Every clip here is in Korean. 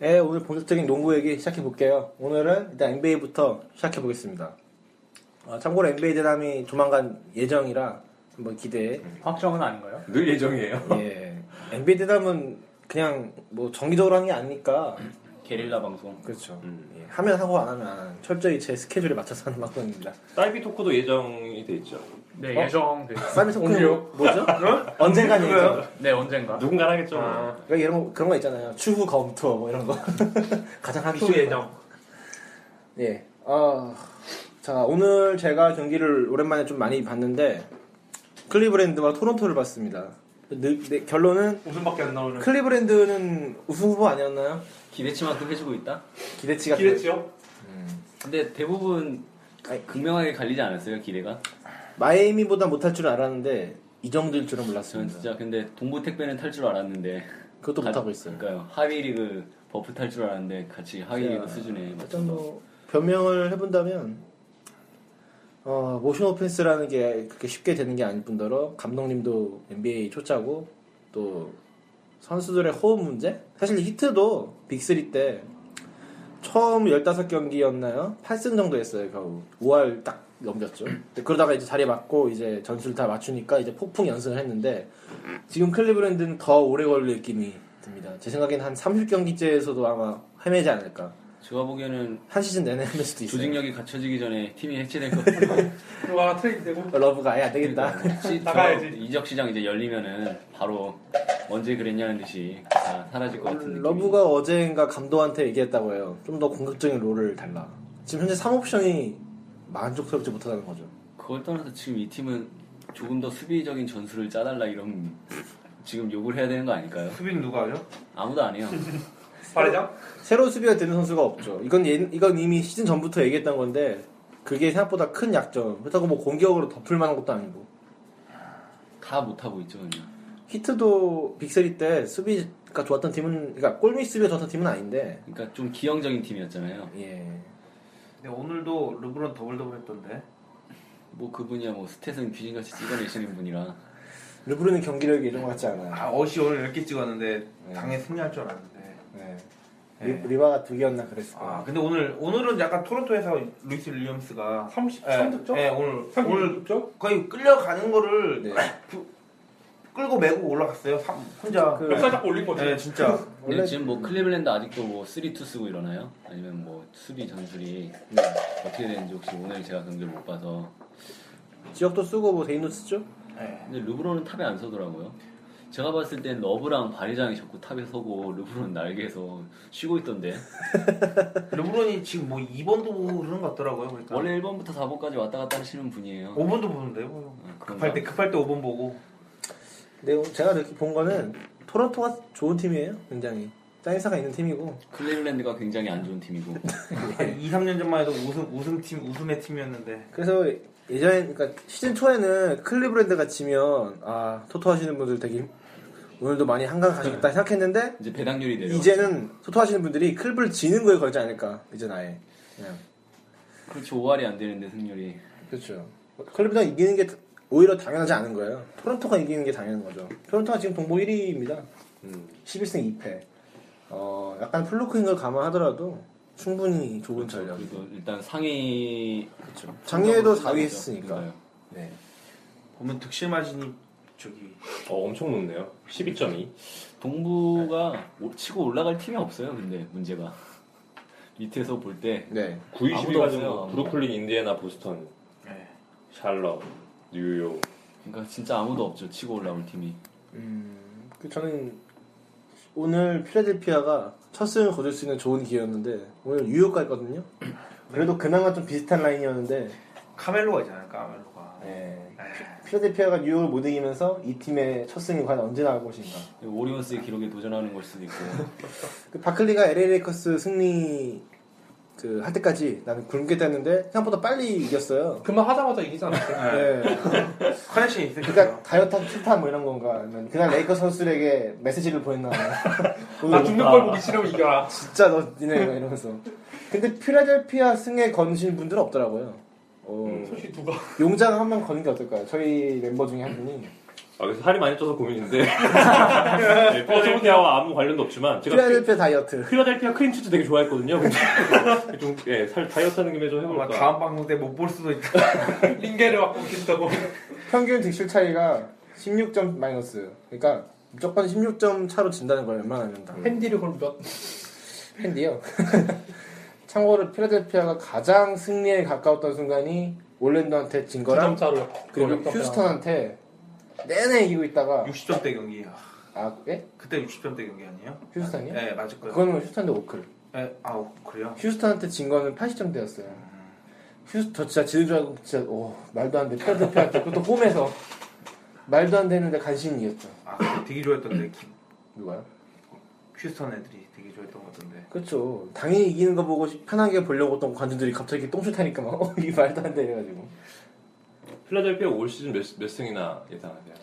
네, 오늘 본격적인 농구 얘기 시작해 볼게요. 오늘은 일단 NBA부터 시작해 보겠습니다. 아, 참고로 NBA 대담이 조만간 예정이라 한번 기대해. 확정은 아닌가요? 늘 예정이에요. 예. NBA 대담은 그냥 뭐 정기적으로 하는 게 아니니까 게릴라 방송. 음. 그렇죠. 예, 하면 하고 안 하면 안 하는 철저히 제 스케줄에 맞춰서 하는 방송입니다. 딸비 토크도 예정이 돼 있죠. 네 어? 예정돼. 있어요. 어? 쌈이 토크 뭐죠? 언젠간 얘기죠. 네 언젠가. 아, 누군가 하겠죠. 그러니까 이런 거, 그런 거 있잖아요. 추후 검토 뭐 이런 거 가장 하기 또 싫은 거. 예정. 예. 아, 자 오늘 제가 경기를 오랜만에 좀 많이 봤는데 클리브랜드와 토론토를 봤습니다. 느- 네, 결론은 웃음밖에 안 나오는. 클리브랜드는 우승 후보 아니었나요? 기대치만큼 해주고 있다. 기대치가 기대치요? 근데 대부분 아니, 극명하게 갈리지 않았어요 기대가. 마이애미보다 못할 줄 알았는데 이 정도일 줄은 저는 몰랐습니다. 진짜 근데 동부 택배는 탈 줄 알았는데. 그것도 못하고 있어요. 그러니까요. 하위 리그 버프 탈 줄 알았는데 같이 하위 야, 리그 수준에 일단 맞춰서. 뭐 변명을 해본다면 어, 모션 오펜스라는 게 그렇게 쉽게 되는 게 아닐 뿐더러 감독님도 NBA 초짜고 또 선수들의 호흡 문제? 사실 히트도 빅3 때 처음 15경기였나요? 8승 정도 했어요 겨우 5할 딱 넘겼죠 근데 그러다가 이제 자리 맞고 이제 전술 다 맞추니까 이제 폭풍 연승을 했는데 지금 클리브랜드는 더 오래 걸릴 느낌이 듭니다 제 생각엔 한 30경기째에서도 아마 헤매지 않을까 제가 보기에는 한 시즌 내내 헤맬 수도 있어요. 조직력이 갖춰지기 전에 팀이 해체될 것 같아요. 와 트레이드되고. 러브가 아예 안 되겠다. 시- 나가야지. 저 이적 시장 이제 열리면은 바로 언제 그랬냐는 듯이 다 사라질 것 같은 느낌. 러브가 어제인가 감독한테 얘기했다고 해요. 좀 더 공격적인 롤을 달라. 지금 현재 3옵션이 만족스럽지 못하다는 거죠. 그걸 떠나서 지금 이 팀은 조금 더 수비적인 전술을 짜달라 이런 지금 욕을 해야 되는 거 아닐까요? 수빈 누가 하죠? 아무도 안 해요. 바레장? 새로운 수비가 되는 선수가 없죠. 이건 예- 이건 이미 시즌 전부터 얘기했던 건데 그게 생각보다 큰 약점. 그렇다고 뭐 공격으로 덮을 만한 것도 아니고. 다 못하고 있죠 그냥. 히트도 빅세리 때 수비가 좋았던 팀은 그러니까 골밑 수비가 좋았던 팀은 아닌데 그러니까 좀 기형적인 팀이었잖아요. 예. 근데 네, 오늘도 르브론 더블더블 했던데. 뭐 그분이야 뭐 스탯은 귀신같이 찍어내시는 분이라 르브르는 경기력이 이런 것 같지 않아요. 아 어시 오늘 10개 찍었는데 네. 당에 승리할 줄 알았는데. 네. 네. 리, 바가두 개였나 그랬을 거예요. 아 근데 오늘 오늘은 약간 토론토에서 루이스 윌리엄스가 33득점? 예, 예, 오늘 오늘 오늘 득점? 거의 끌려가는 거를 네. 그- 끌고 메고 올라갔어요. 삼- 혼자. 그- 역사 네. 자꾸 올린 거지. 예 진짜. 근데 지금 뭐 클리블랜드 아직도 뭐 3-2 쓰고 이러나요? 아니면 뭐 수비 전술이 네. 어떻게 되는지 혹시 오늘 제가 경기를 못 봐서 지역도 쓰고 뭐 데인도 쓰죠? 예. 근데 르브론은 탑에 안 서더라고요 제가 봤을 땐 러브랑 바리장이 자꾸 탑에 서고 르브론 날개에서 쉬고 있던데 르브론이 지금 뭐 2번도 모르는 것 같더라고요. 그러니까 원래 1번부터 4번까지 왔다 갔다 하시는 분이에요 5번도 보는데요. 아, 급할 때 급할 때 5번 보고. 근데 오늘 제가 이렇게 본 거는 토론토가 좋은 팀이에요. 굉장히 짜임새가 있는 팀이고 클리블랜드가 굉장히 안 좋은 팀이고 한 2, 3년 전만 해도 우승 우승팀 우승의 팀이었는데 그래서 예전에 그러니까 시즌 초에는 클리브랜드가 지면 아 토토 하시는 분들 되게 힘- 오늘도 많이 한강 가시겠다 생각했는데 이제 배당률이 내려 이제는 토토 하시는 분들이 클브를 지는 거에 걸지 않을까 이제 아예 그냥 그렇지 5할이 안 되는데 승률이 그렇죠. 클리브가 이기는 게 오히려 당연하지 않은 거예요. 토론토가 이기는 게 당연한 거죠. 토론토가 지금 동부 1위입니다. 11승 2패. 어, 약간 플루크인 걸 감안하더라도 충분히 좋은 전략. 그리고 일단 그렇죠. 상위 작년에도 성적으로 4위 끝나죠. 했으니까. 그러니까요. 네. 보면 득실 마진이 저기 어, 엄청 높네요. 12.2. 동부가 오- 치고 올라갈 팀이 없어요 근데 문제가 밑에서 볼 때 네. 9위 아무도 12가 없어요. 정도. 브루클린, 인디애나, 보스턴, 예. 샬럿, 뉴욕. 그러니까 진짜 아무도 없죠 치고 올라올 팀이 음, 그 저는 오늘 필라델피아가 첫 승을 거둘 수 있는 좋은 기회였는데 오늘 뉴욕 갔거든요. 그래도 그나마 좀 비슷한 라인이었는데 카멜로가 예. 있잖아요. 카멜로가. 네. 에이, 필라델피아가 뉴욕을 못 이기면서 이 팀의 첫 승이 과연 언제 나올 것인가. 오리온스의 기록에 도전하는 걸 수도 있고 그 바클리가 LA 레이커스 승리 그 할 때까지 나는 굶겠다 했는데 생각보다 빨리 이겼어요. 그만 하자마자 이기지 않았어요. 네. 커넥션이 있을 그러니까 거예요. 다이어트한 칠탄 뭐 이런 건가 아니면 그날 레이커스 선수들에게 메시지를 보냈나 나 죽는 아. 걸 보기 싫으면 아, 이겨라. 진짜 너 니네 막 이러면서 근데 필라델피아 승에 거는 분들은 없더라고요 어, 음, 솔직히 누가 용장 한 명 거는 게 어떨까요? 저희 멤버 중에 한 분이 아, 그래서 살이 많이 쪄서 고민인데. 네, 필라델피아와 아무 관련도 없지만 제가 그, 필라델피아 다이어트 필라델피아 크림치즈 되게 좋아했거든요. 근데 좀 예, 살 다이어트 하는 김에 좀 아마 해볼까. 다음 방송 때 못 볼 수도 있다. 링게를 갖고 계시다고. 평균 득실 차이가 16점 마이너스 그러니까 무조건 16점 차로 진다는 걸 웬만하면 다 핸디를 그럼 몇 팬디요 참고로 필라델피아가 가장 승리에 가까웠던 순간이 올랜도한테 진 거랑 점짜로 그리고 휴스턴한테 내내 이기고 있다가 60점대 경기야. 아 예? 네. 그때 60점대 경기 아니에요? 휴스턴이요? 네 맞을 거예요. 그거는 휴스턴 대 오클 예, 아우 그래요? 휴스턴한테 진 거는 80점대였어요 휴스 저 진짜 지는 줄 알고 진짜 오 말도 안돼 필라델피아한테 그것도 홈에서 말도 안 되는데 간신히 이겼죠 아 그거 되게 좋아했던데 김- 누가요? 휴스턴 애들이 되게 좋아했던 것 같던데. 그렇죠 당연히 이기는 거 보고 편하게 보려고 했던 관중들이 갑자기 똥줄 타니까 막 어, 이 말도 안 돼 이래가지고 필라델피아 올 시즌 몇, 몇 승이나 예상하세요?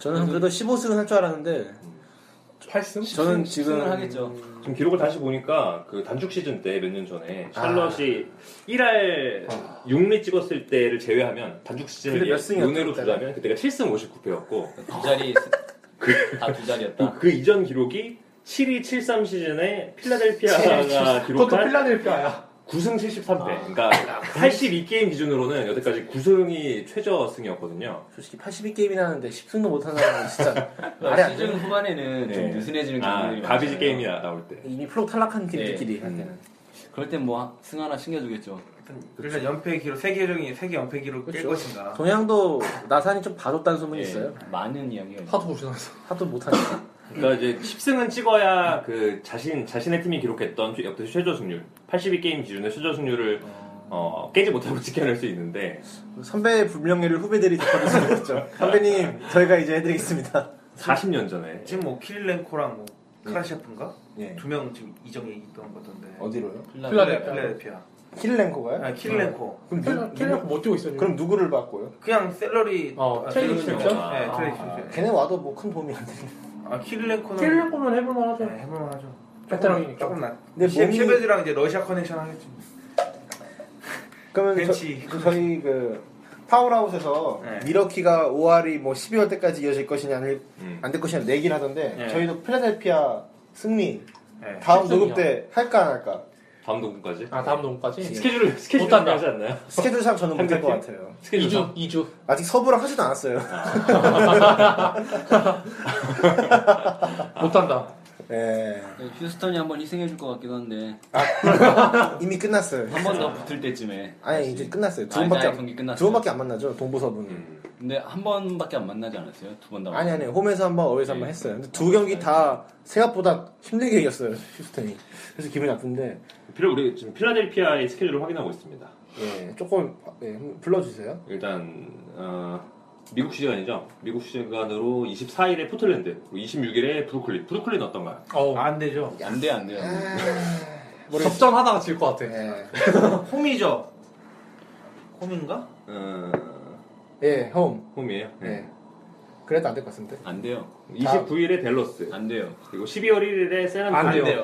저는 그래도 15승은 할 줄 알았는데 8승? 저는 지금 승을 하겠죠 지금 기록을 다시 보니까 그 단축 시즌 때 몇 년 전에 샬럿이 1할 6리 찍었을 때를 제외하면 단축 시즌을 그게 몇 승이었죠, 눈으로 그때가? 두자면 그때가 7승 59패였고 두 자리 다 두 그, 자리였다 그 이전 기록이 7위 73 시즌에 필라델피아가 그것도 기록한 필라델피아야. 9승 73패 그러니까 82게임 기준으로는 여태까지 9승이 최저승이었거든요 솔직히 82게임이나 하는데 10승도 못한 사람은 진짜 말이 안 그러니까 시즌 되는 후반에는 좀 네. 느슨해지는 아 경기들이 가비지 많잖아요. 게임이 나- 나올 때 이미 프로 탈락한 네. 팀들끼리 할 음. 때는 그럴 땐 뭐 승 하나 챙겨주겠죠 일단, 일단 연패 기록 세계적인 세계 연패 기록 깰 그렇죠. 것인가. 동양도 나산이 좀 봐줬다는 소문이 있어요. 예, 많은 이야기가 하도 고생했어. 하도 못하니까. 그러니까 이제 10승은 찍어야 그 자신 자신의 팀이 기록했던 최- 역대 최저 승률 82게임 기준의 최저 승률을 어, 깨지 못하고 지켜낼 수 있는데 선배의 불명예를 후배들이 덮어줄 수 있죠. 선배님, 저희가 이제 해드리겠습니다. 40년 전에 지금 뭐 키릴렌코랑 뭐 크라셰프인가 예. 두 명 지금 이정에 있던 거던데. 어디로요? 어. 필라델피아. 필라델피아. 킬렌코가요? 아 키릴렌코. 그럼, 누, 킬리하고 못 뛰고 있어. 그럼 누구를 받고요? 그냥 샐러리. 어, 트레이드 샐러리 시켰죠? 아, 네 트레이드 아. 시켰죠. 걔네 와도 뭐 큰 도움이 안 되는데. 아 키릴렌코는 킬리할 거면 해볼만 네, 하죠. 해볼만하죠. 베테랑이니까. 조금 나. 근데 몸이- 셰베드랑 이제 러시아 커넥션 하겠지. 그러면 벤치. 저, 저희 그 파울하우스에서 네. 미러키가 5할이 뭐 12월 때까지 이어질 것이냐 아닐 음. 안될 것이냐 내기를 하던데 네. 저희도 필라델피아 승리 네. 다음 실전이요. 녹음 때 할까 안 할까 다음 동분까지 아 다음 농까지. 예. 스케줄을 스케줄을 못한다. 하지 않나요? 스케줄상 저는 못할 한 것 달 같아요. 스케줄 2주 2주. 아직 서부랑 하지도 않았어요. 못한다. 예. 네, 휴스턴이 한번 희생해줄 것 같기도 한데 이미 끝났어요. 한 번 더 붙을 때쯤에 아니 이제 끝났어요. 두 아니, 번밖에 아니, 안, 경기 끝났어요. 두 번밖에 안 만나죠. 동부서부는. 근데 한 번밖에 안 만나지 않았어요? 두 번 다. 아니 아니 홈에서 한 번, 어웨이서 한 번 네. 했어요. 근데 두 경기 다 생각보다 힘들게 이겼어요. 휴스턴이. 그래서 기분이 나쁜데 필요 우리 지금 필라델피아의 스케줄을 확인하고 있습니다. 예 조금 예, 한번 불러주세요. 일단 어, 미국 시간이죠. 미국 시간으로 24일에 포틀랜드, 26일에 브루클린. 브루클린 어떤가요? 어. 안 되죠. 안 돼요, 안 돼요. 아. 모르겠어요. 접전하다가 질 것 같아. 예. 홈이죠. 홈인가? 어, 예 홈. 홈이에요. 네. 네. 예. 그래도 안 될 것 같은데. 안 돼요. 29일에 댈러스. 안 돼요. 그리고 12월 1일에 아. 안 세란토. 돼요.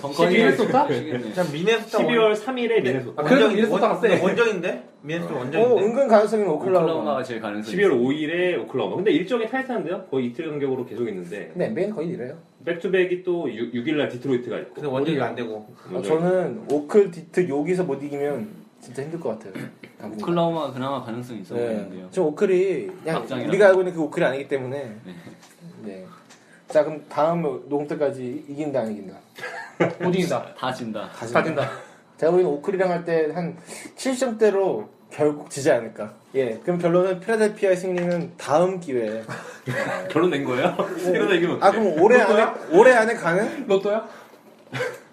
덩컨이 미네소타? 시겠네. 그냥 미네소타 원- 12월 3일에 미네소타. 아, 그래도 원정인- 미네소타가 원- 세. 원정인데? 미네소타 어 원정인데? 은근 가능성이 오클라호마. 오클라호마가 제일 가능성이 12월 5일에 아, 오클라호마. 근데 일정이 타이트한데요? 거의 이틀 간격으로 계속 있는데. 근데 NBA는 거의 이래요. 백투백이 또 6, 일날 디트로이트가 있고. 근데 원정이 안 되고. 아, 저는 오클 디트 여기서 못 이기면 진짜 힘들 것 같아요. 당분간. 오클라호마가 그나마 가능성이 있어 네. 보이는데요. 지금 오클이 그냥 막장이라고. 우리가 알고 있는 그 오클이 아니기 때문에. 네. 자 그럼 다음 녹음 때까지 이긴다 안 이긴다. 못 이긴다. 다 진다. 다 진다. 제가 보기엔 오클이랑 할 때 한 7점대로 결국 지지 않을까. 예. 그럼 결론은 필라델피아의 승리는 다음 기회에. 아, 결혼 낸 거예요? 이러다 이기면 아 어떡해. 그럼 올해 안에 올해 안에 가능? 로또야?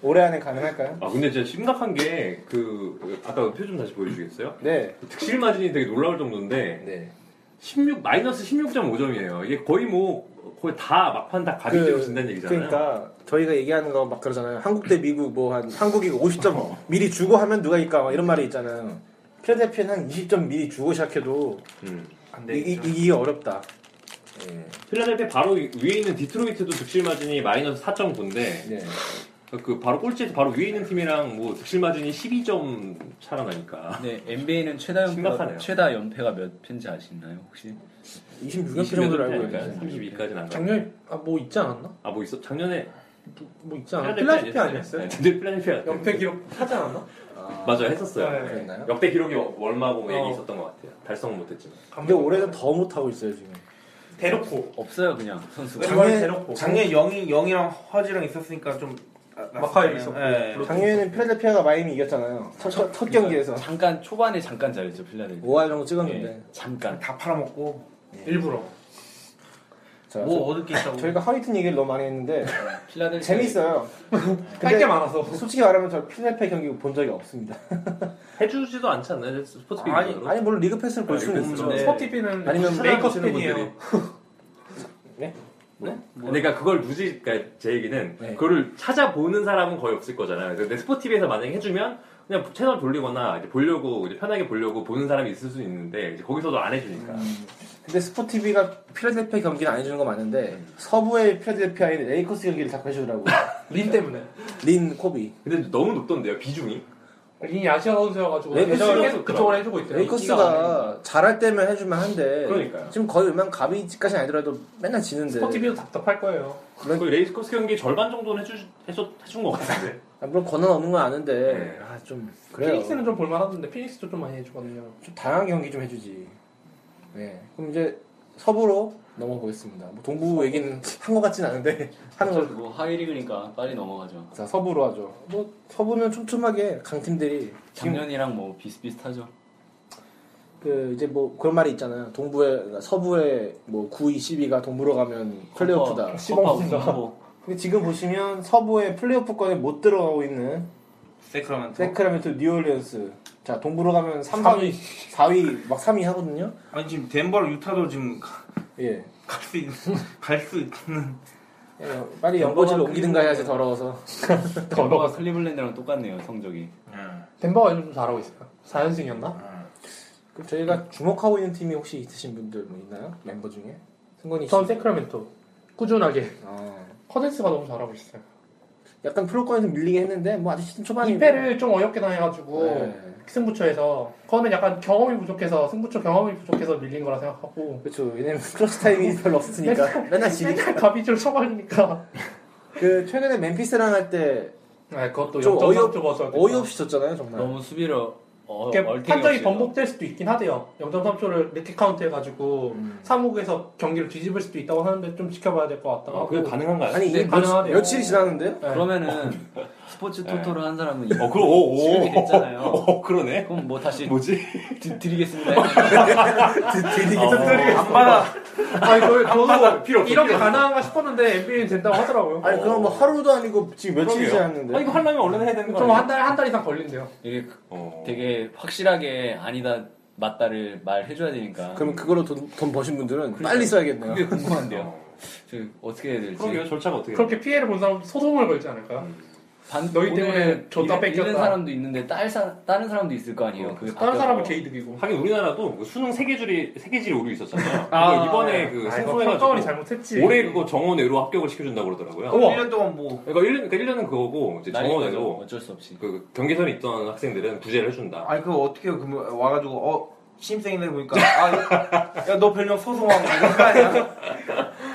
올해 안에 가능할까요? 아, 근데 진짜 심각한 게, 그, 아까 표 좀 다시 보여주겠어요? 네. 득실 마진이 되게 놀라울 정도인데, 네. 16 마이너스 16.5점이에요. 이게 거의 뭐 거의 다 막판 다 가비집을 진다는 얘기잖아요. 그 그러니까 저희가 얘기하는 거 막 그러잖아요. 한국 대 미국 뭐 한 한국이 50점 어. 미리 주고 하면 누가 이까 막 이런 말이 있잖아요. 필라델피아는 한 20점 미리 주고 시작해도 음. 안 이, 이, 되겠죠. 이게 어렵다. 예. 필라델피아 바로 위에 있는 디트로이트도 득실 마진이 마이너스 4.9인데 예. 그 바로 꼴찌에서 바로 위에 있는 팀이랑 뭐 득실 마진이 12점 차가 나니까. 네, NBA는 최다 연패가, 심각하네요. 최다 연패가 몇 편지 아시나요 혹시? 그 26년 정도로 알고 있어요. 있는데. 32까지는 안 가. 작년에 아 뭐 있지 않았나? 아 뭐 있어? 작년에 뭐 있지 않았나? 필라델피아 아니었어요? 네, 근데 필라델피아 연패 기록 하지 않았나? 맞아 했었어요. 네. 그랬나요? 역대 기록이 월마고 뭐 얘기 어. 있었던 것 같아요. 달성은 못했지만. 근데 올해는 더 못하고 있어요 지금. 대놓고 없어요 그냥 선수가. 작년- 중간에 대놓고 작년에 영이 영이랑 허지랑 있었으니까 좀 아, 마카이 낯섰잖아요. 있었고, 네. 예. 블루- 작년에는 필라델피아가 마이미 이겼잖아요. 첫, 첫, 네. 첫 경기에서 네. 잠깐 초반에 잠깐 잘했죠 필라델피아. 5할 정도 찍었는데. 예, 잠깐. 다 팔아먹고 일부러 자, 뭐 얻을 게 있다고 저, 희가 하위튼 얘기를 너무 많이 했는데 필라델피아 재밌어요. 할 게 많아서 솔직히 말하면 저 필라델피아 경기 본 적이 없습니다. 해주지도 않지 않나요? 스포츠 아니, 빅으로 아니 물론 리그 패스를 볼 아, 수는 리그 있죠. 네. 패스로. 스포티비는 네. 아니면 메이커 보시는 팬이에요. 그러니까 그걸 누지, 그러니까 제 얘기는 네. 그거를 찾아보는 사람은 거의 없을 거잖아요. 근데 스포티비에서 만약에 해주면 그냥 채널 돌리거나 이제 보려고 이제 편하게 보려고 보는 사람이 있을 수 있는데 이제 거기서도 안 해주니까. 근데 스포티비가 필라델피아 경기는 안 해주는 거 맞는데 서부의 필라델피아의 레이커스 경기를 자꾸 해주더라고요. 린 때문에 린 코비. 근데 너무 높던데요 비중이? 린이 아시아 선수여가지고 레이커스가 대전을 계속 계속 그쪽으로 해주고 있대요. 그러니까 인기가 많으니까. 레이커스가 잘할 때면 해주면 한데 그러니까요. 지금 거의 웬만 가비까지는 아니더라도 맨날 지는데 스포티비도 답답할 거예요. 거의 레이스코스 경기 절반 정도는 해주 해줬 해준 것 같은데. 아, 물론 권한 없는 건 아는데 네. 아 좀 그래요. 피닉스는 좀 볼만하던데 피닉스도 좀 많이 해주거든요. 좀 다양한 경기 좀 해주지. 네. 그럼 이제 서부로 넘어가 보겠습니다. 뭐 동부 얘기는 한 것 같진 않은데 하는 걸. 그거 뭐 하이리그니까 빨리 넘어가죠. 자 서부로 하죠. 뭐 서부는 촘촘하게 강팀들이 지금 작년이랑 뭐 비슷비슷하죠. 그 이제 뭐 그런 말이 있잖아요. 동부에 그러니까 서부에 뭐 9, 2, 12가 동부로 가면 플레이오프다. 커파 우승 후보. 근데 지금 보시면 서부의 플레이오프권에 못 들어가고 있는 세크라멘토 세크라멘토 뉴올리언스. 자 동부로 가면 3, 4위, 4위 막 3위 하거든요. 아니 지금 덴버랑 유타도 지금 예. 갈 수 있는 갈 수 있는 예, 빨리 연고지를 옮기든가 해야지 더러워서. 커파가 클리블랜드랑 똑같네요 성적이. 예. 덴버가 요즘 좀 잘하고 있어요. 4연승이었나? 아, 그럼 저희가 주목하고 있는 팀이 혹시 있으신 분들 뭐 있나요? 멤버 중에? 승건이 전 씨. 세크라멘토 꾸준하게 어. 커데스가 너무 잘하고 있어요. 약간 프로권에서 밀리긴 했는데 뭐 아직 시즌 초반이 2패를 뭐 좀 어렵게 당해가지고 네. 승부처에서 처음엔 약간 경험이 부족해서 승부처 경험이 부족해서 밀린 거라 생각하고 그렇죠. 왜냐면 크로스 타임이 별로 없으니까 맨날 지니까. 맨날 가비줄 쳐버리니까 그 최근에 멤피스랑 할 때 아 그것도 좀 0.3 어이없- 좁아서 어이없이 졌잖아요 정말. 너무 수비를 어, 이렇게 얼탱이 판정이 없이 번복될 수도 있긴 하대요 0.3초를 리킥 카운트 해가지고 음. 사무국에서 경기를 뒤집을 수도 있다고 하는데 좀 지켜봐야 될 것 같다고 아 그게 가능한가요? 아니 이게 네, 가능하네요. 며칠, 이 지났는데요? 네. 그러면은 스포츠 토토를 한 사람은 어 그럼 오 오. 지금이 됐잖아요. 어 그러네. 그럼 뭐 다시 뭐지? 드, 드리겠습니다. 했는데 어. 어. 안 받아 아니 그걸 저도 필요 없어, 이런 게 필요 없어. 가능한가 싶었는데 NBA는 된다고 하더라고요 아니 그럼 뭐 하루도 아니고 지금 며칠이 그러게요. 지났는데. 아 이거 하려면 얼른 해야 되는 거 좀 아니야? 네. 한 달 한 달 이상 걸린대요 이게 어. 되게 확실하게 아니다 맞다를 말해줘야 되니까. 그럼 그걸로 돈, 돈 버신 분들은 빨리 써야겠네요. 그게 궁금한데요. 저 어떻게 해야 될지. 어. 그러게요 절차가 어떻게? 그렇게 피해를 본 사람 소송을 걸지 않을까요? 반, 너희 때문에 줬다 뺏겼다. 는 사람도 있는데 딸 사, 다른 사람도 있을 거 아니에요. 그게 다른 바뀌어서. 사람은 개이득이고 하긴 우리나라도 그 수능 세 개 줄이 세 개 줄이 오류 있었잖아요. 그거 아, 이번에 그 아, 이거 승소해가지고 평가원이 잘못했지. 어. 올해 그거 정원 외로 합격을 시켜준다고 그러더라고요. 우와. 1년 동안 뭐 그러니까 1년, 그러니까 일년은 그거고 이제 날린 정원 거죠. 외로 어쩔 수 없이. 그 경계선에 있던 학생들은 구제를 해준다. 아니 그거 어떻게 그 뭐, 와가지고 어 신입생이네 보니까 아야너 별명 소송하고 이런 거 아니야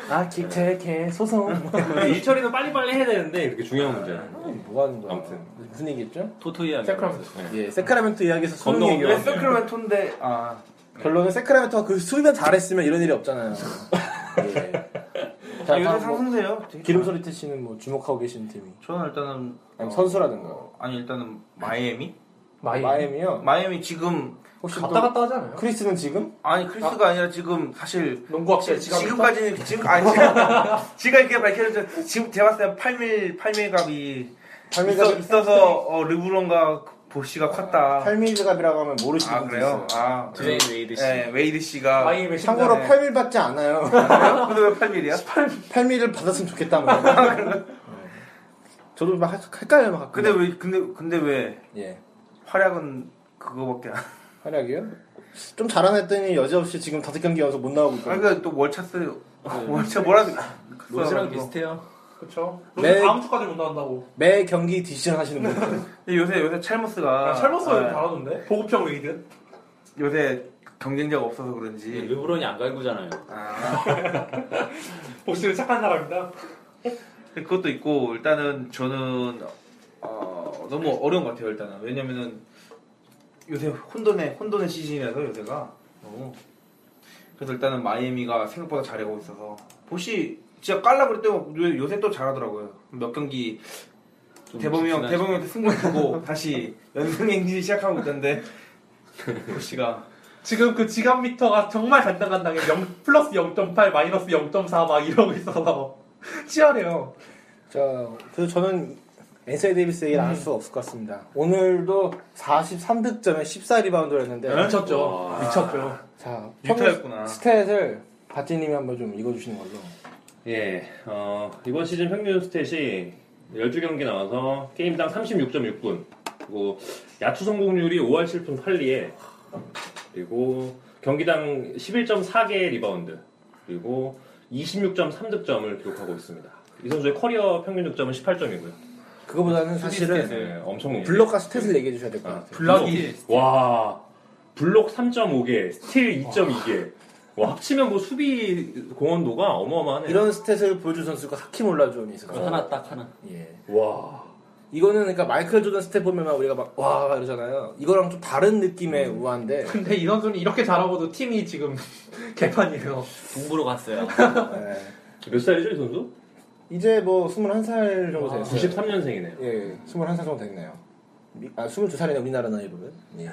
아 기태케 소송. 근데 이 처리는 빨리빨리 해야 되는데 그렇게 중요한 문제는 뭐 하는 거야? 아무튼. 무슨 얘기했죠? 토토 이야기. 세크라멘토 예, 세크라멘토 이야기에서 수능 건너온 얘기. 왜 세크라멘토인데 아 결론은 세크라멘토가 그 수비만 잘했으면 이런 일이 없잖아요. 예. 아, 자, 다음 요새 뭐 상승세요 되게 기름 소리 트시는 뭐 주목하고 계신 팀이 저는 일단은 아니, 선수라든가 어, 아니 일단은 마이애미 마이 마이애미요. 마이애미 지금 혹시 갔다 또 갔다 하지 않아요? 크리스는 지금 아니 크리스가 아. 니라 지금 사실 농구 확실히 지갑이 지금까지는 지금 아니 지금 지가 이렇게 밝혀져 지금 제가 봤을 때 8밀 8밀 갑이 발매가 아. 있어, 있어서 어, 르브론과 보시가 컸다. 팔밀갑이라고 하면 모르시는 아 분도 그래요? 있어요. 아 드웨인 예. 웨이드 씨. 네, 웨이드 씨가 마이의 아, 참고로 팔밀 받지 않아요. 그래요? 근데 왜 8밀이야? 팔밀을 받았으면 좋겠다는 거예요. 네. 저도 막 헷- 헷갈려요. 막 근데 왜 근데 근데 왜 예. 활약은 그거밖에 안. 활약이요? 좀 잘하나 했더니 여지없이 지금 다섯 경기 연속 못 나오고 있고. 아 그러니까 또 월차스 월차 뭐라도 로즈랑 그거. 비슷해요. 그쵸. 네. 네. 다음 주까지 못 나온다고. 매 경기 디시전 하시는 분들. 근데 요새 요새 찰머스가 야, 찰머스 네. 가 아, 잘하던데? 보급형 웨이드? 요새 경쟁자가 없어서 그런지 르브론이 안 갈구잖아요. 아, 복수는 착한 사람이다. 그것도 있고 일단은 저는 어, 너무 어려운 것 같아요 일단은 왜냐면은 요새 혼돈의 혼돈의 시즌이라서 요새가 너무 그래서 일단은 마이애미가 생각보다 잘하고 있어서 보시 진짜 깔라 그랬더니 요- 요새 또 잘하더라고요 몇 경기 좀 대범이 형 지나치게. 대범이 형한테 승부 주고 다시 연승 행진을 시작하고 있던데 보시가 지금 그 지갑 미터가 정말 간당간당해. 0, 플러스 0.8, 마이너스 0.4 막 이러고 있어서. 치열해요. 자, 그래서 저는 엔사이 데이비스 얘기를 안 할 수가 없을 것 같습니다. 오늘도 43득점에 14리바운드를 했는데. 네, 미쳤죠. 아. 와. 미쳤죠. 자, 유타였구나. 스탯을 바찌님이 한번 좀 읽어주시는 걸로. 예, 어, 이번 시즌 평균 스탯이 12경기 나와서 게임당 36.6분, 그리고 야투 성공률이 5할 7푼 8리에, 그리고 경기당 11.4개의 리바운드, 그리고 26.3 득점을 기록하고 있습니다. 이 선수의 커리어 평균 득점은 18점이고요. 그거보다는 사실은 네, 엄청 높네요. 블럭과 스탯을 얘기해 주셔야 될 것 아, 같아요. 블럭이 와 블록 3.5개, 스틸 2.2개. 와 합치면 뭐 수비 공헌도가 어마어마하네요. 이런 스탯을 보여준 선수가 사키 몰라존이 있을 그거 거예요. 하나 딱 하나. 예. 와. 이거는 그러니까 마이클 조던 스텝 보면 막 우리가 막 와 이러잖아요. 이거랑 좀 다른 느낌의 우아인데 근데 이 선수는 이렇게 잘하고도 팀이 지금 개판이에요. 동부로 갔어요. 예. 몇 살이죠 이 선수? 이제 뭐 21살 아, 정도 됐어요. 93년생이네요. 예, 21살 정도 됐네요. 미- 아, 22살이네 우리나라 나이로는. 예.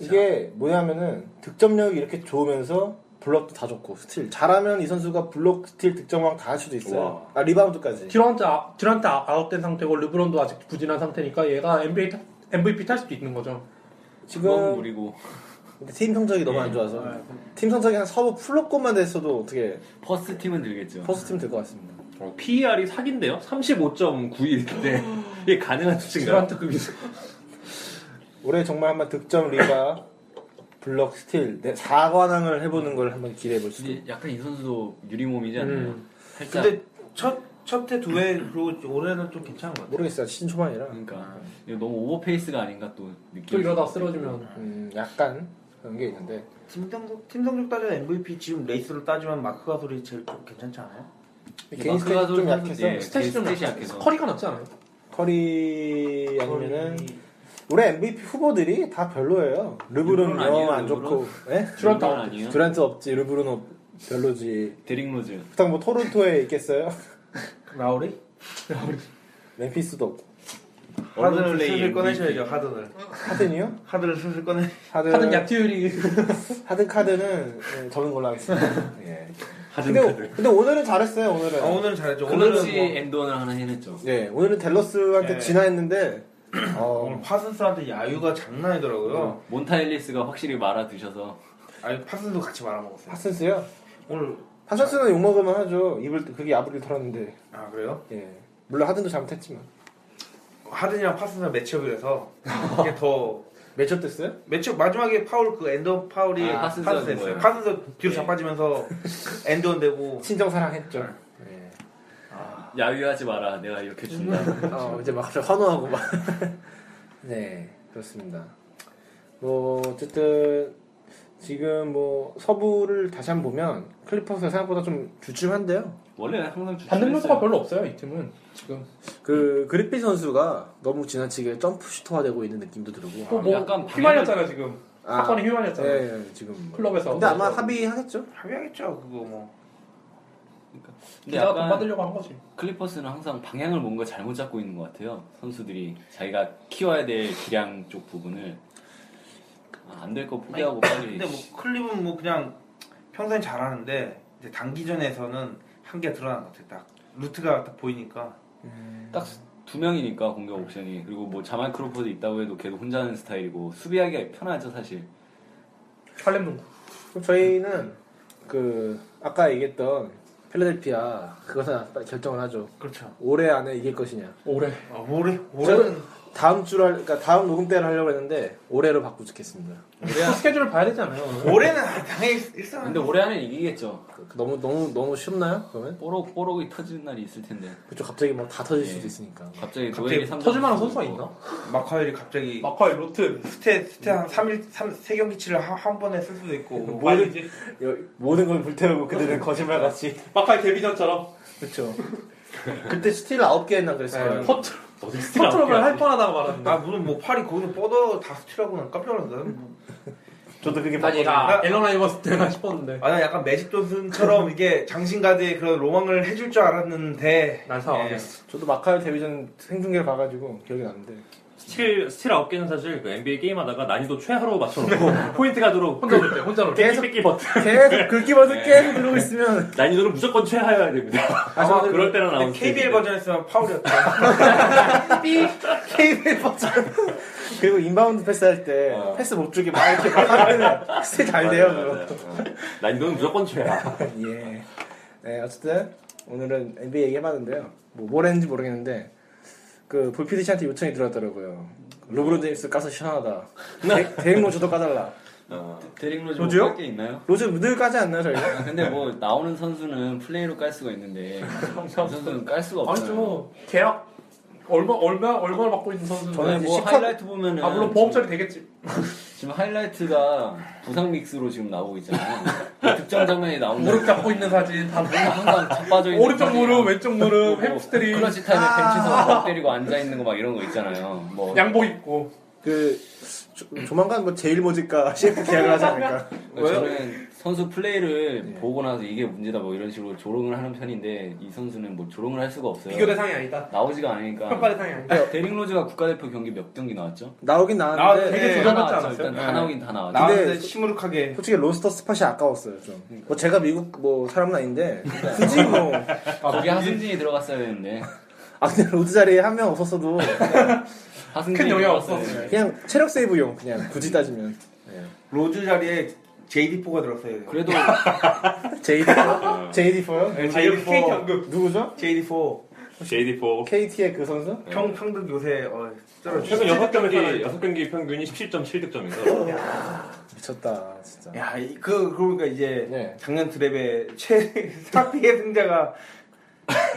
이게 뭐냐면은 득점력이 이렇게 좋으면서 블럭도 다 좋고 스틸 잘하면 이 선수가 블럭, 스틸, 득점왕 다 할 수도 있어요. 와. 아 리바운드까지. 듀란트, 아- 듀란트 아- 아웃된 상태고 르브론도 아직 부진한 상태니까 얘가 NBA 타- MVP 탈 수도 있는 거죠. 지금 지금 무리고 팀 성적이 너무 안 좋아서 팀 성적이 한 서브 플롯권만 됐어도 어떻게 퍼스트 팀은 들겠죠. 퍼스트 팀 될 것 같습니다. 어, PER이 사기인데요? 음. 35.9인데 이게 가능한 수치인가요? 듀란트급이 올해 정말 한번 득점 리가 블럭 스틸 네, 4관왕을 해보는 걸 한번 기대해 볼 수도. 근데 약간 이 선수도 유리몸이지 않나요? 음. 살짝 근데 첫첫해두해 그리고 올해는 좀 괜찮은 것 같아요. 모르겠어요. 시즌 초반이라. 예. 아. 그러니까 이거 너무 오버페이스가 아닌가 또 느낌. 또 이러다 쓰러지면 음, 약간 그런 게 있는데 팀 성적, 팀 성적 따지면 MVP 지금 레이스로 따지면 마크 가솔이 제일 좀 괜찮지 않아요? 개인 스탯이 좀 약해서 스탯이 좀 네, 스탯이 약해서 약해서 커리가 낫지 않아요? 커리 아니면은 올해 MVP 후보들이 다 별로예요. 르브론 르브론 아니에요, 영 안 르브론? 좋고, 예? 듀란트 듀란 아웃. 아니에요? 듀란트 없지, 르브론 없 별로지. 데릭 로즈. 그냥 뭐 토론토에 있겠어요? 라우리? 멤피스도 없고. 하든을 플레이 슬슬 MVP. 꺼내셔야죠 하든을 하든이요? 하든을 슬슬 꺼내 하든 하든 하든, 약투율이 카드는 예, 적은 걸로 하겠습니다. 예. 하든 근데, 카드. 근데 오늘은 잘했어요. 오늘은. 어, 오늘은 뭐- 잘했죠 클러치 오늘은 엔드원을 하나 해냈죠. 예, 오늘은 댈러스한테 예. 진화했는데, 뭐, 어, 오늘 파슨스한테 야유가 장난이더라고요 몬타 앨리스가 확실히 말아 드셔서 아니 파슨스도 같이 말아먹었어요 파슨스요? 오늘 파슨스는 욕먹을만 하죠. 입을, 그게 야부리를 털었는데, 아 그래요? 예. 물론 하든도 잘못했지만. 하든이랑 파슨스랑 매치업이라서 이게 더 매치업 됐어요? 매치업 마지막에 파울 그 엔더 파울이 아, 파슨스 파슨스 하는 했어요 거예요. 파슨스 뒤로 예. 자빠지면서 엔드원 되고 친정사랑했죠. 예. 야유하지 마라. 내가 이렇게 준다. 어, 이제 막 갑자기 환호하고 막. 네, 그렇습니다. 뭐, 어쨌든, 지금 뭐, 서부를 다시 한번 보면, 클리퍼스가 생각보다 좀 주춤한데요. 원래 항상 주춤했어요. 받는 요소가 별로 없어요 이 팀은 지금. 그, 그리피 선수가 너무 지나치게 점프슈터화되고 있는 느낌도 들고. 또 뭐 아, 약간 네. 휘말렸잖아 지금. 아. 사건에 휘말렸잖아. 요 예, 예, 지금 뭐. 클럽에서. 근데 아마 합의하겠죠. 합의하겠죠 그거 뭐 근데 기자가 돈 약간 받으려고 한 거지. 클리퍼스는 항상 방향을 뭔가 잘못 잡고 있는 것 같아요. 선수들이 자기가 키워야 될 기량 쪽 부분을 아, 안 될 거 포기하고 빨리. 근데 뭐 클립은 뭐 그냥 평소엔 잘하는데 이제 단기전에서는 한개 드러난 것 같아 딱 루트가 딱 보이니까 딱 두 두 명이니까 공격 옵션이 그리고 뭐 자말 크로포드 있다고 해도 걔도 혼자 하는 스타일이고 수비하기가 편하죠 사실. 팔렘 농구. 그럼 저희는 그 아까 얘기했던 필라델피아 그거나 결정을 하죠. 그렇죠. 올해 안에 이길 것이냐. 올해. 아, 올해 올해는 다음 주를 할- 그러니까 다음 녹음 때를 하려고 했는데 올해로 바꾸겠습니다. 그 스케줄을 봐야 되잖아요. 올해는 아, 당연히 일상. 근데 올해 안에 이기겠죠. 그- 그 너무 너무 너무 쉽나요? 그러면 뽀록 뽀록이 터지는 날이 있을 텐데 그쪽 갑자기 막 다 터질 수도 예. 있으니까. 갑자기 갑자기 노엘이 삼 터질만한 선수가 있나? 마카일이 갑자기 마카이 로트. 스테 스테 한 3일 3, 세경기치를 한, 한 번에 쓸 수도 있고 뭐든지. 여- 모든 걸 불태우고 그들은 거짓말같이. 마카이 데뷔전처럼 그렇죠. 그때 스틸 9개 했나 그랬어요. 네. 퍼트 퍼트럼을 할 뻔하다고 말하는데. 아 무슨 뭐 팔이 거기서 뻗어 다 스틸하고 난 깜짝 놀랐어. 저도 그게 아니 나 앨런 아이버스 때나 싶었는데. 아, 난 약간 매직 존슨처럼 이게 장신가드의 그런 로망을 해줄 줄 알았는데 예. 난 상황했어. 저도 마카오 데뷔전 생중계를 봐가지고 기억이 나는데. 스틸, 스틸 9개는 사실 그 NBA 게임하다가 난이도 최하로 맞춰놓고 포인트 가도록 혼자 놀 때, 혼자 놀 때. 계속 뺏기 버튼. 계속 긁기만 계속 누르고 있으면 난이도는 무조건 최하여야 됩니다. 아, 저는 그럴 때나 나오는 KBL 스테이지. 버전 했으면 파울이었다. KBL 버전. 그리고 인바운드 패스할 때 어. 패스 못 주게 막 이렇게 막 하면 스틸 잘 돼요. 네, 그럼. 어. 난이도는 무조건 최하. 예. 네, 어쨌든 오늘은 NBA 얘기해봤는데요. 뭐, 뭘 했는지 모르겠는데, 그, 볼피디 씨한테 요청이 들어왔더라고요. 로브론 제임스 까서 시원하다. 데- 대행로 저도 까달라. 어. 데릭 로즈 로즈요? 뭐할게 있나요? 로즈 늘 까지 않나요, 저희가? 아, 근데 뭐 나오는 선수는 플레이로 깔 수가 있는데 이 선수는 깔 수가 아니 없어요. 좀 뭐, 계약 얼마 얼마 얼마를 받고 있는 선수인데. 저는 뭐 시카- 하이라이트 보면은 아 물론 보험처리 되겠지. 지금 하이라이트가 부상 믹스로 지금 나오고 있잖아요. 특정 장면이 나오는 무릎 잡고 있는 사진 다. 뭔가 항상 자빠져 있는 오른쪽 무릎, 왼쪽 무릎, 그 햄스트링, 클러치 타임에 벤치에서 멍 때리고 앉아 있는 거 막 이런 거 있잖아요. 뭐 양복 입고. 그, 조- 조만간 뭐, 제일 모직과 CF 계약을 하지 않을까. 저는 선수 플레이를 네. 보고 나서 이게 문제다 뭐 이런 식으로 조롱을 하는 편인데 이 선수는 뭐 조롱을 할 수가 없어요. 비교 대상이 아니다. 나오지가 않으니까. 평가 대상이 아니다. 데릭 로즈가 국가대표 경기 몇 경기 나왔죠? 나오긴 나왔는데 나왔는데, 되게 네. 다 조잡았지 나왔죠. 않았어요? 일단 다 나오긴 다 나왔죠. 나왔는데 근데- 시무룩하게 솔직히 로스터 스팟이 아까웠어요, 좀. 뭐, 제가 미국 뭐, 사람은 아닌데, 굳이 뭐, 거기 하승진이 들어갔어야 되는데 아, 근데 로즈 자리에 한 명 없었어도, 하승진이 큰 영향 들어갔어야 없었어요. 되는데. 그냥 체력 세이브용, 그냥, 굳이 따지면. 로즈 자리에 JD4가 들었어요. 그래도 뭐 JD4? JD4요? JD4. 누구죠? JD4 JD4. KT의 그 선수? 평 평등 요새 어, 떨어지죠. 최근 6경기, 6경기 평균이 17.7득점인가. 미쳤다 진짜 야, 이- 그 그러니까 이제 네. 작년 드랩의 최 사피의 승자가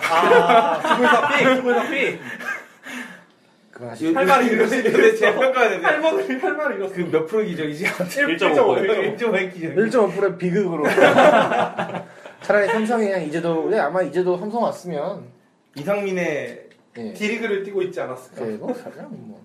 아, 그만하시죠 할 말이 이런데 재평가가 되네. 할머니 할 말을 잃었어. 그몇 프로 기적이지? 1.5. 1.5 기적. 1.5%의 비극으로 차라리 삼성이 그냥 이제도 근데 아마 이제도 삼성 왔으면 이상민의 예 디리그를 뛰고 있지 않았을까. 네, 뭐, 그냥 뭐.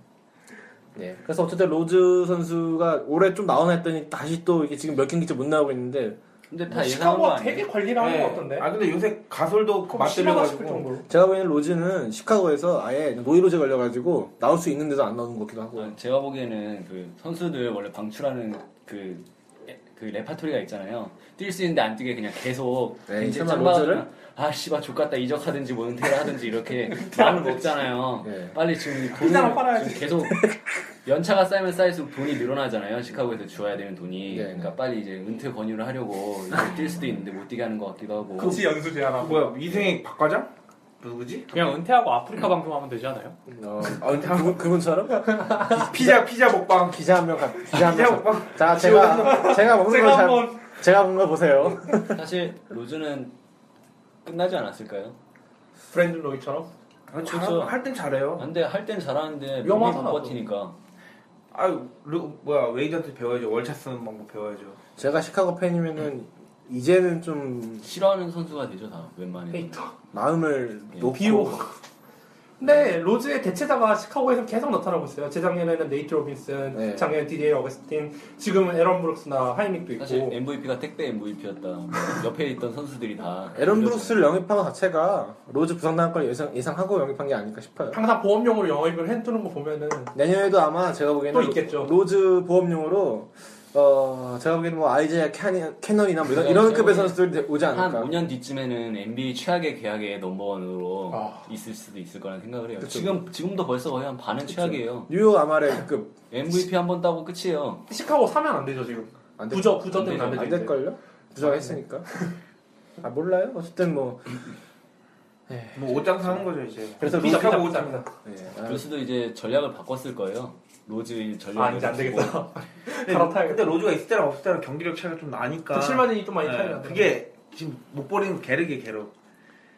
네, 그래서 어쨌든 로즈 선수가 올해 좀 나오나 했더니 다시 또 이게 지금 몇 경기째 못 나오고 있는데 근데 다 예상한 거 시카고가 아니에요? 뭐 되게 관리를 하는 네. 것 같던데. 아 근데 요새 가솔도 그럼 심하다 싶을 맞들려가지고 정도로. 제가 보기에는 로즈는 시카고에서 아예 노이로제 걸려가지고 나올 수 있는데도 안 나오는 것 같기도 하고 아, 제가 보기에는 그 선수들 원래 방출하는 그, 그 레파토리가 있잖아요. 뛸 수 있는데 안 뛰게 그냥 계속 네, 이제 설마 짬바가 로즈를? 그냥, 아 씨발 족같다 이적하든지 뭐 은퇴를 하든지 이렇게 마음을 먹잖아요. 네. 빨리 지금 이 사람 돈을 팔아야지. 지금 계속 연차가 쌓이면 쌓일수록 돈이 늘어나잖아요. 시카고에서 주어야 되는 돈이. 네, 그러니까 네. 빨리 이제 은퇴 권유를 하려고 이제 뛸 수도 있는데 못 뛰게 하는 것 같기도 하고. 그치 연수 제안하고. 어. 뭐야 이승희 박과장? 누구지? 그냥 은퇴하고 아프리카 방송하면 되지 않아요? 어, 그분, 그분처럼? 피자 피자 먹방. 기자 한 명 가, 기자 한 피자 명 먹방. 가. 자, 제가, 아, 제가 먹는 거 제가 잘, 한번 제가 먹는 거 보세요. 사실 로즈는 끝나지 않았을까요? 브랜든 로이처럼. 그렇죠. 할땐 잘해요. 근데 할 땐 잘하는데 몸이 위험하잖아, 못 버티니까. 아유 루, 뭐야 웨이저한테 배워야죠. 월차 쓰는 방법 배워야죠. 제가 시카고 팬이면은 이제는 좀 싫어하는 선수가 되죠 다 웬만해서 네, 마음을 예, 놓고 비호. 근데 로즈의 대체자가 시카고에서 계속 나타나고 있어요. 재작년에는 네이트 로빈슨, 네. 작년에 디디에 어거스틴, 지금은 에런 브룩스나 하이닉도 있고. 사실 MVP가 택배 MVP였다 뭐 옆에 있던 선수들이 다 에런 돌려서- 브룩스를 영입한 것 자체가 로즈 부상당할 걸 예상, 예상하고 영입한 게 아닐까 싶어요. 항상 보험용으로 영입을 해두는 거 보면은 내년에도 아마 제가 보기에는 또 있겠죠. 로즈 보험용으로 어 제가 보기에는 뭐 아이제 캐니, 캐넌이나 뭐 이런 이런 급의 선수들이 오지 한 않을까. 5년 뒤쯤에는 NBA 최악의 계약의 넘버원으로 아. 있을 수도 있을 거라는 생각을 해요. 그쵸. 지금 지금도 벌써 거의 한 반은 최악이에요. 뉴욕 아마레 급 MVP 한 번 따고 끝이에요. 시카고 사면 안 되죠 지금. 안 될- 부저 부저 때문에 안 되죠. 안 이제. 될걸요? 부자가 했으니까. 아 몰라요. 어쨌든 뭐 뭐 옷장사 하는 거죠 이제. 그래서 피자 피자 고 먹자. 피자. 예, 아, 루스도 이제 전략을 바꿨을 거예요. 로즈 전략을 아 이제 안 되겠다. 근데, 갈아타야겠다. 근데 로즈가 있을 때랑 없을 때랑 경기력 차이가 좀 나니까. 실마진이 좀그 많이 예, 차이가. 그게 지금 못 버리는 게르게 게로.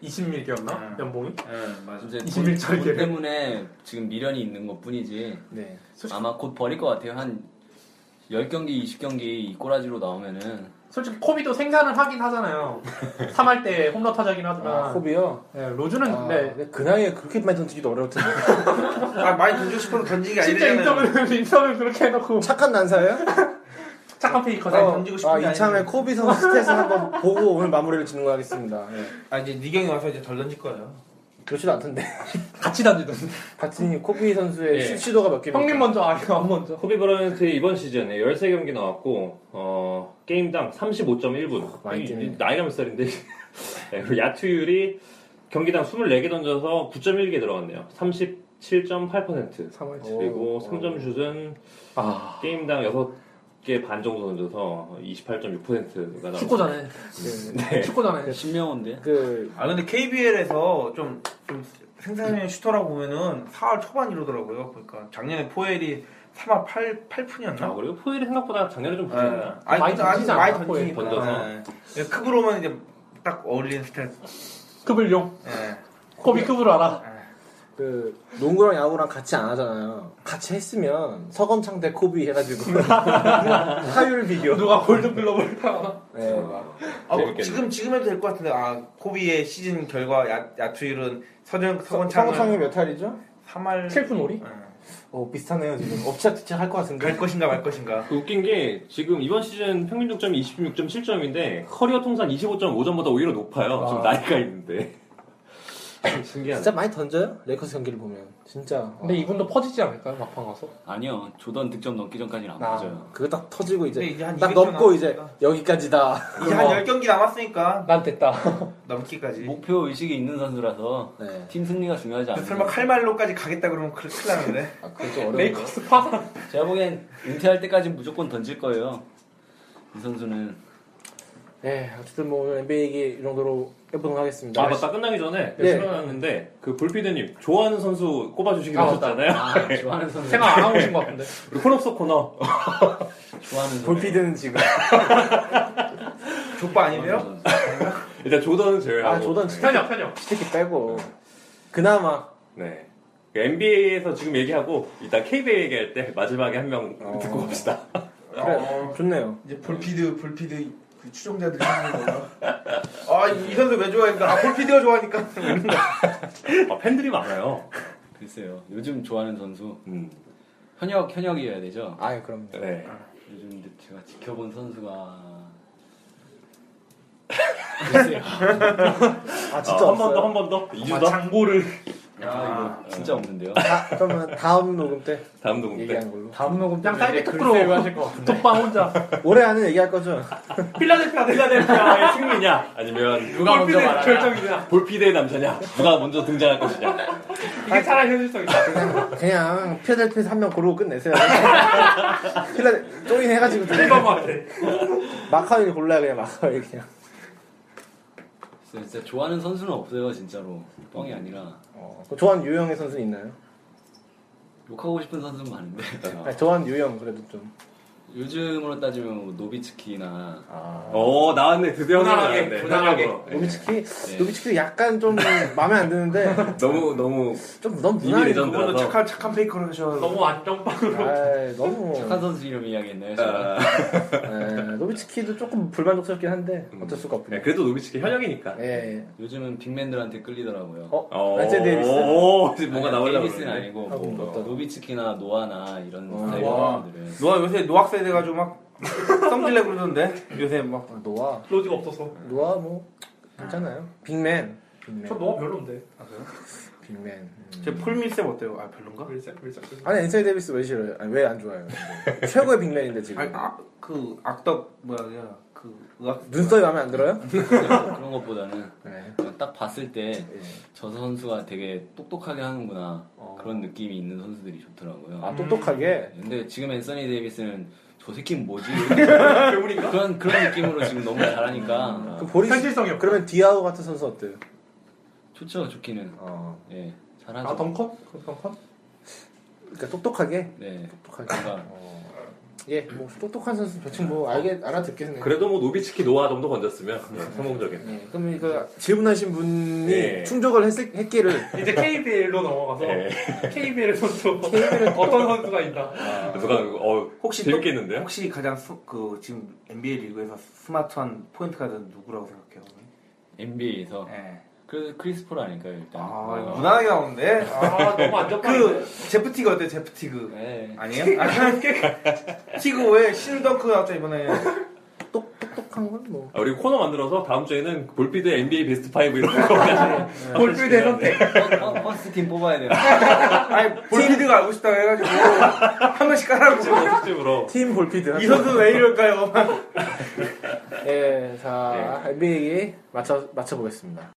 20밀기였나 음. 아, 연봉이? 예, 맞아. 이제 돈, 21 돈 개를. 때문에 지금 미련이 있는 것 뿐이지 네. 아마 곧 버릴 것 같아요. 한 10경기, 20경기 이 꼬라지로 나오면은 솔직히 코비도 생산을 하긴 하잖아요. 3할 때 홈런 타자긴 하지만. 아, 호비요. 예, 로즈는 아, 근데 근데 그 나이에 그렇게 많이 던지기도 어려울 텐데. 아, 많이 던지고 싶어서 던지기 진짜 아니잖아요. 인터뷰는 인터뷰 그렇게 해놓고 착한 난사예요? 착한 페이커 많이 어. 던지고 싶은 아 게 이참에 아니에요. 코비 선수 스탯을 한번 보고 오늘 마무리를 짓는 거 하겠습니다. 예. 아 이제 니경이 와서 이제 덜 던질 거예요. 그렇지도 않던데. 같이 다니던. 같은 코비 선수의 예. 실 시도가 몇 개. 형님 먼저 아니면 먼저. 어, 코비 브라이언트의 이번 시즌에 13경기 나왔고 어, 게임당 35.1분 아, 많이 뛰네. 나이가 몇 살인데 네, 그리고 야투율이 경기당 24개 던져서 9.1개 들어갔네요 37.8% 3월 그리고 3점 슛은 아 게임당 6개 반 정도 던져서 28.6%가 나왔어요 축구잖아요. 네. 축구잖아요. 신명호인데 네, 그 아 근데 KBL에서 좀, 좀 생산형 슈터라고 보면은 4월 초반 이러더라고요. 그러니까 작년에 포엘이 3월 8, 8푼이었나? 네. 아 그리고 포일이 생각보다 작년에 좀 부진했나 아니, 많이 많이 던지 던지지 많이 않나, 던지니까. 던져서. 예. 예, 크브로만 이제 딱 어울리는 스타일. 급을 용. 예. 코비 급을 알아. 그 농구랑 야구랑 같이 안 하잖아요. 같이 했으면 서건창 대 코비 해가지고 타율 비교. 네. 누가 골든글러브를 타거나. 네. 아, 뭐 재밌겠네. 지금 지금 해도 될 것 같은데 아 코비의 시즌 결과 야, 야투율은 서정 서건창이 서건창은 몇 할이죠? 3할 예. 7푼 오리? 어 비슷하네요 지금. 업체 대체 할것 같은데. 갈 것인가 말 것인가. 그 웃긴 게 지금 이번 시즌 평균 득점이 26.7점인데 커리어 통산 25.5점보다 오히려 높아요. 좀 나이가 있는데. 좀 신기하네. 진짜 많이 던져요? 레이커스 경기를 보면 진짜. 근데 이분도 퍼지지 않을까요? 막판 가서? 아니요. 조던 득점 넘기 전까지는 안 아. 맞아요. 그거 딱 터지고 이제, 근데 이제 한 딱 200점 넘고 이제 남았으니까. 여기까지다. 이제 한 10경기 남았으니까 난 됐다. 넘기까지. 목표 의식이 있는 선수라서 네. 팀 승리가 중요하지 않아요. 설마 칼말로까지 가겠다 그러면 큰일 큰일 나는데. 아, 그건 좀 어려워. 레이커스 파산. 제가 보기엔 은퇴할 때까지 무조건 던질 거예요. 이 선수는 네, 어쨌든 뭐 오늘 NBA 얘기 이 정도로 해보도록 하겠습니다. 아 맞다 끝나기 전에 예. 출연하는데 그 볼피드님 좋아하는 선수 꼽아주시기로 아, 맞다. 하셨잖아요. 아, 네. 좋아하는 선수 생각 안 하고 오신 것 같은데. 우리 콘옵서 코너 좋아하는 선수 볼피드는 지금. 족바 좋아하는 아니에요? 선수. 일단 조던은 제외하고. 아, 조던 진짜 편협, 편협. 특히 빼고. 그나마. 네. NBA에서 지금 얘기하고 일단 KBL 얘기할 때 마지막에 한 명 어. 듣고 갑시다. 그래, 좋네요. 어. 이제 볼피드 볼피드 그 추종자들이 하는 거야. 아이 선수 왜 좋아하니까 아 볼피드가 좋아하니까. 아, 팬들이 많아요. 글쎄요. 요즘 좋아하는 선수 음. 현역 현역이어야 되죠. 아유, 그럼요. 네. 요즘 근데 제가 지켜본 선수가 글쎄요. 아, 진짜 한 번 더 없어요? 한 번 더. 아, 2주 더. 장고를. 아 이거 네. 진짜 없는데요. 다- 그러면 다음 녹음 때 다음 녹음 때. 얘기하는 걸로. 다음 녹음 그냥 이제 사이드 글 토크로 세고 하실 것 같은데. 독방 혼자. 올해 안에 얘기할 거죠? 필라델피아 필라델피아. 나의 승리냐 아니면 누가 먼저 골피드 말하냐? 결정이냐. 볼피드의 남자냐 누가 먼저 등장할 것이냐 이게 차라리 현실성이다. 그냥, 그냥 피라델피에서 한 명 고르고 끝내세요. 필라델, 조인 해가지고. 필바마 같아. 마카오이 골라요, 그냥 마카오이 그냥. 글쎄요, 진짜 좋아하는 선수는 없어요 진짜로. 뻥이 아니라 어, 좋아하는 유형의 선수 있나요? 욕하고 싶은 선수는 많은데 아니, 좋아하는 유형, 그래도 좀. 요즘으로 따지면 뭐 노비츠키나 아. 어 나왔네 드디어 무난하게, 나왔네. 무난하게. 네. 노비츠키, 노비츠키도 약간 좀 마음에 안 드는데, 너무 너무 좀 너무 이미 무난해. 레전드. 그분도 착한 착한 페이커를 하셔. 너무 안정빵으로. 아이, 너무. 착한 선수 이름 이야기했나요? 아, 제가? 예, 노비츠키도 조금 불만족스럽긴 한데 어쩔 수가 네, 없군요. 그래도 노비츠키 현역이니까 예, 예. 요즘은 빅맨들한테 끌리더라고요. 어? 알제 데이비스? 오 이제 뭔가 아니, 나오려고 데이비스는 그러는데. 아니고 아, 뭐 어떤? 노비츠키나 노아나 이런 아, 스타일의 노아. 사람들은 노아 요새 노학 세대가 좀막 성질내 그러던데 요새 막 아, 노아, 로지가 없어서. 노아 뭐 괜찮아요. 빅맨. 빅맨. 저 너무 별론데. 빅맨. 음. 제 폴밀셉 어때요? 아 별론가? 글쎄 글쎄 글쎄. 아니 앤서니 데이비스 왜 싫어요? 아니 왜 안 좋아요? 최고의 빅맨인데 지금. 아, 아그 악덕 뭐야 그냥 그 의학 눈썹이 마음에 안 들어요? 그런 것보다는 네. 그냥 딱 봤을 때 예. 저 선수가 되게 똑똑하게 하는구나 그런 느낌이 있는 선수들이 좋더라고요. 어. 예. 아 똑똑하게. 근데 지금 앤서니 데이비스는 저 새끼는 뭐지? 그런 그런 느낌으로 지금 너무 잘하니까 아, 그 보리 현실성이 없구나. 그러면 디아오 같은 선수 어때요? 좋죠 좋기는 어. 예 잘하죠. 아 덩컨? 덩컨? 그러니까 똑똑하게. 네 똑똑하게. 뭔가 어. 예, 뭐 똑똑한 선수 대충 뭐 알게 알아듣겠네. 그래도 뭐 노비츠키 노아 정도 건졌으면 네, 성공적인. 예, 그럼 이거 질문하신 분이 예. 충족을 했, 했기를 이제 KBL로 넘어가서 예. KBL 선수 어떤 선수가 있나? 누가 어 혹시 재밌겠는데요? 혹시 가장 스, 그 지금 NBA 리그에서 스마트한 포인트 가드는 누구라고 생각해요? NBA에서 예. 그래서 크리스 폴 아닐까요 아 일단. 어. 이거 무난하게 나오는데. 아 너무 안정감 그 제프티그 어때? 제프티그 네. 아니에요? 아, 티그 왜 신덩크 나왔죠 이번에? 똑, 똑똑한 건 뭐. 아, 우리 코너 만들어서 다음 주에는 볼피드 NBA 베스트 5 이런 거 가지고 골프 대선택. 네. 어, 퍼- 퍼- 퍼스트 팀 뽑아야 돼요. 아니 볼피드가 알고 싶다고 해가지고 한 번씩 깔아보고. 특집으로 팀 볼피드. 이 선수 왜 이럴까요? 네, 예, 자 NBA 맞춰 맞춰 보겠습니다.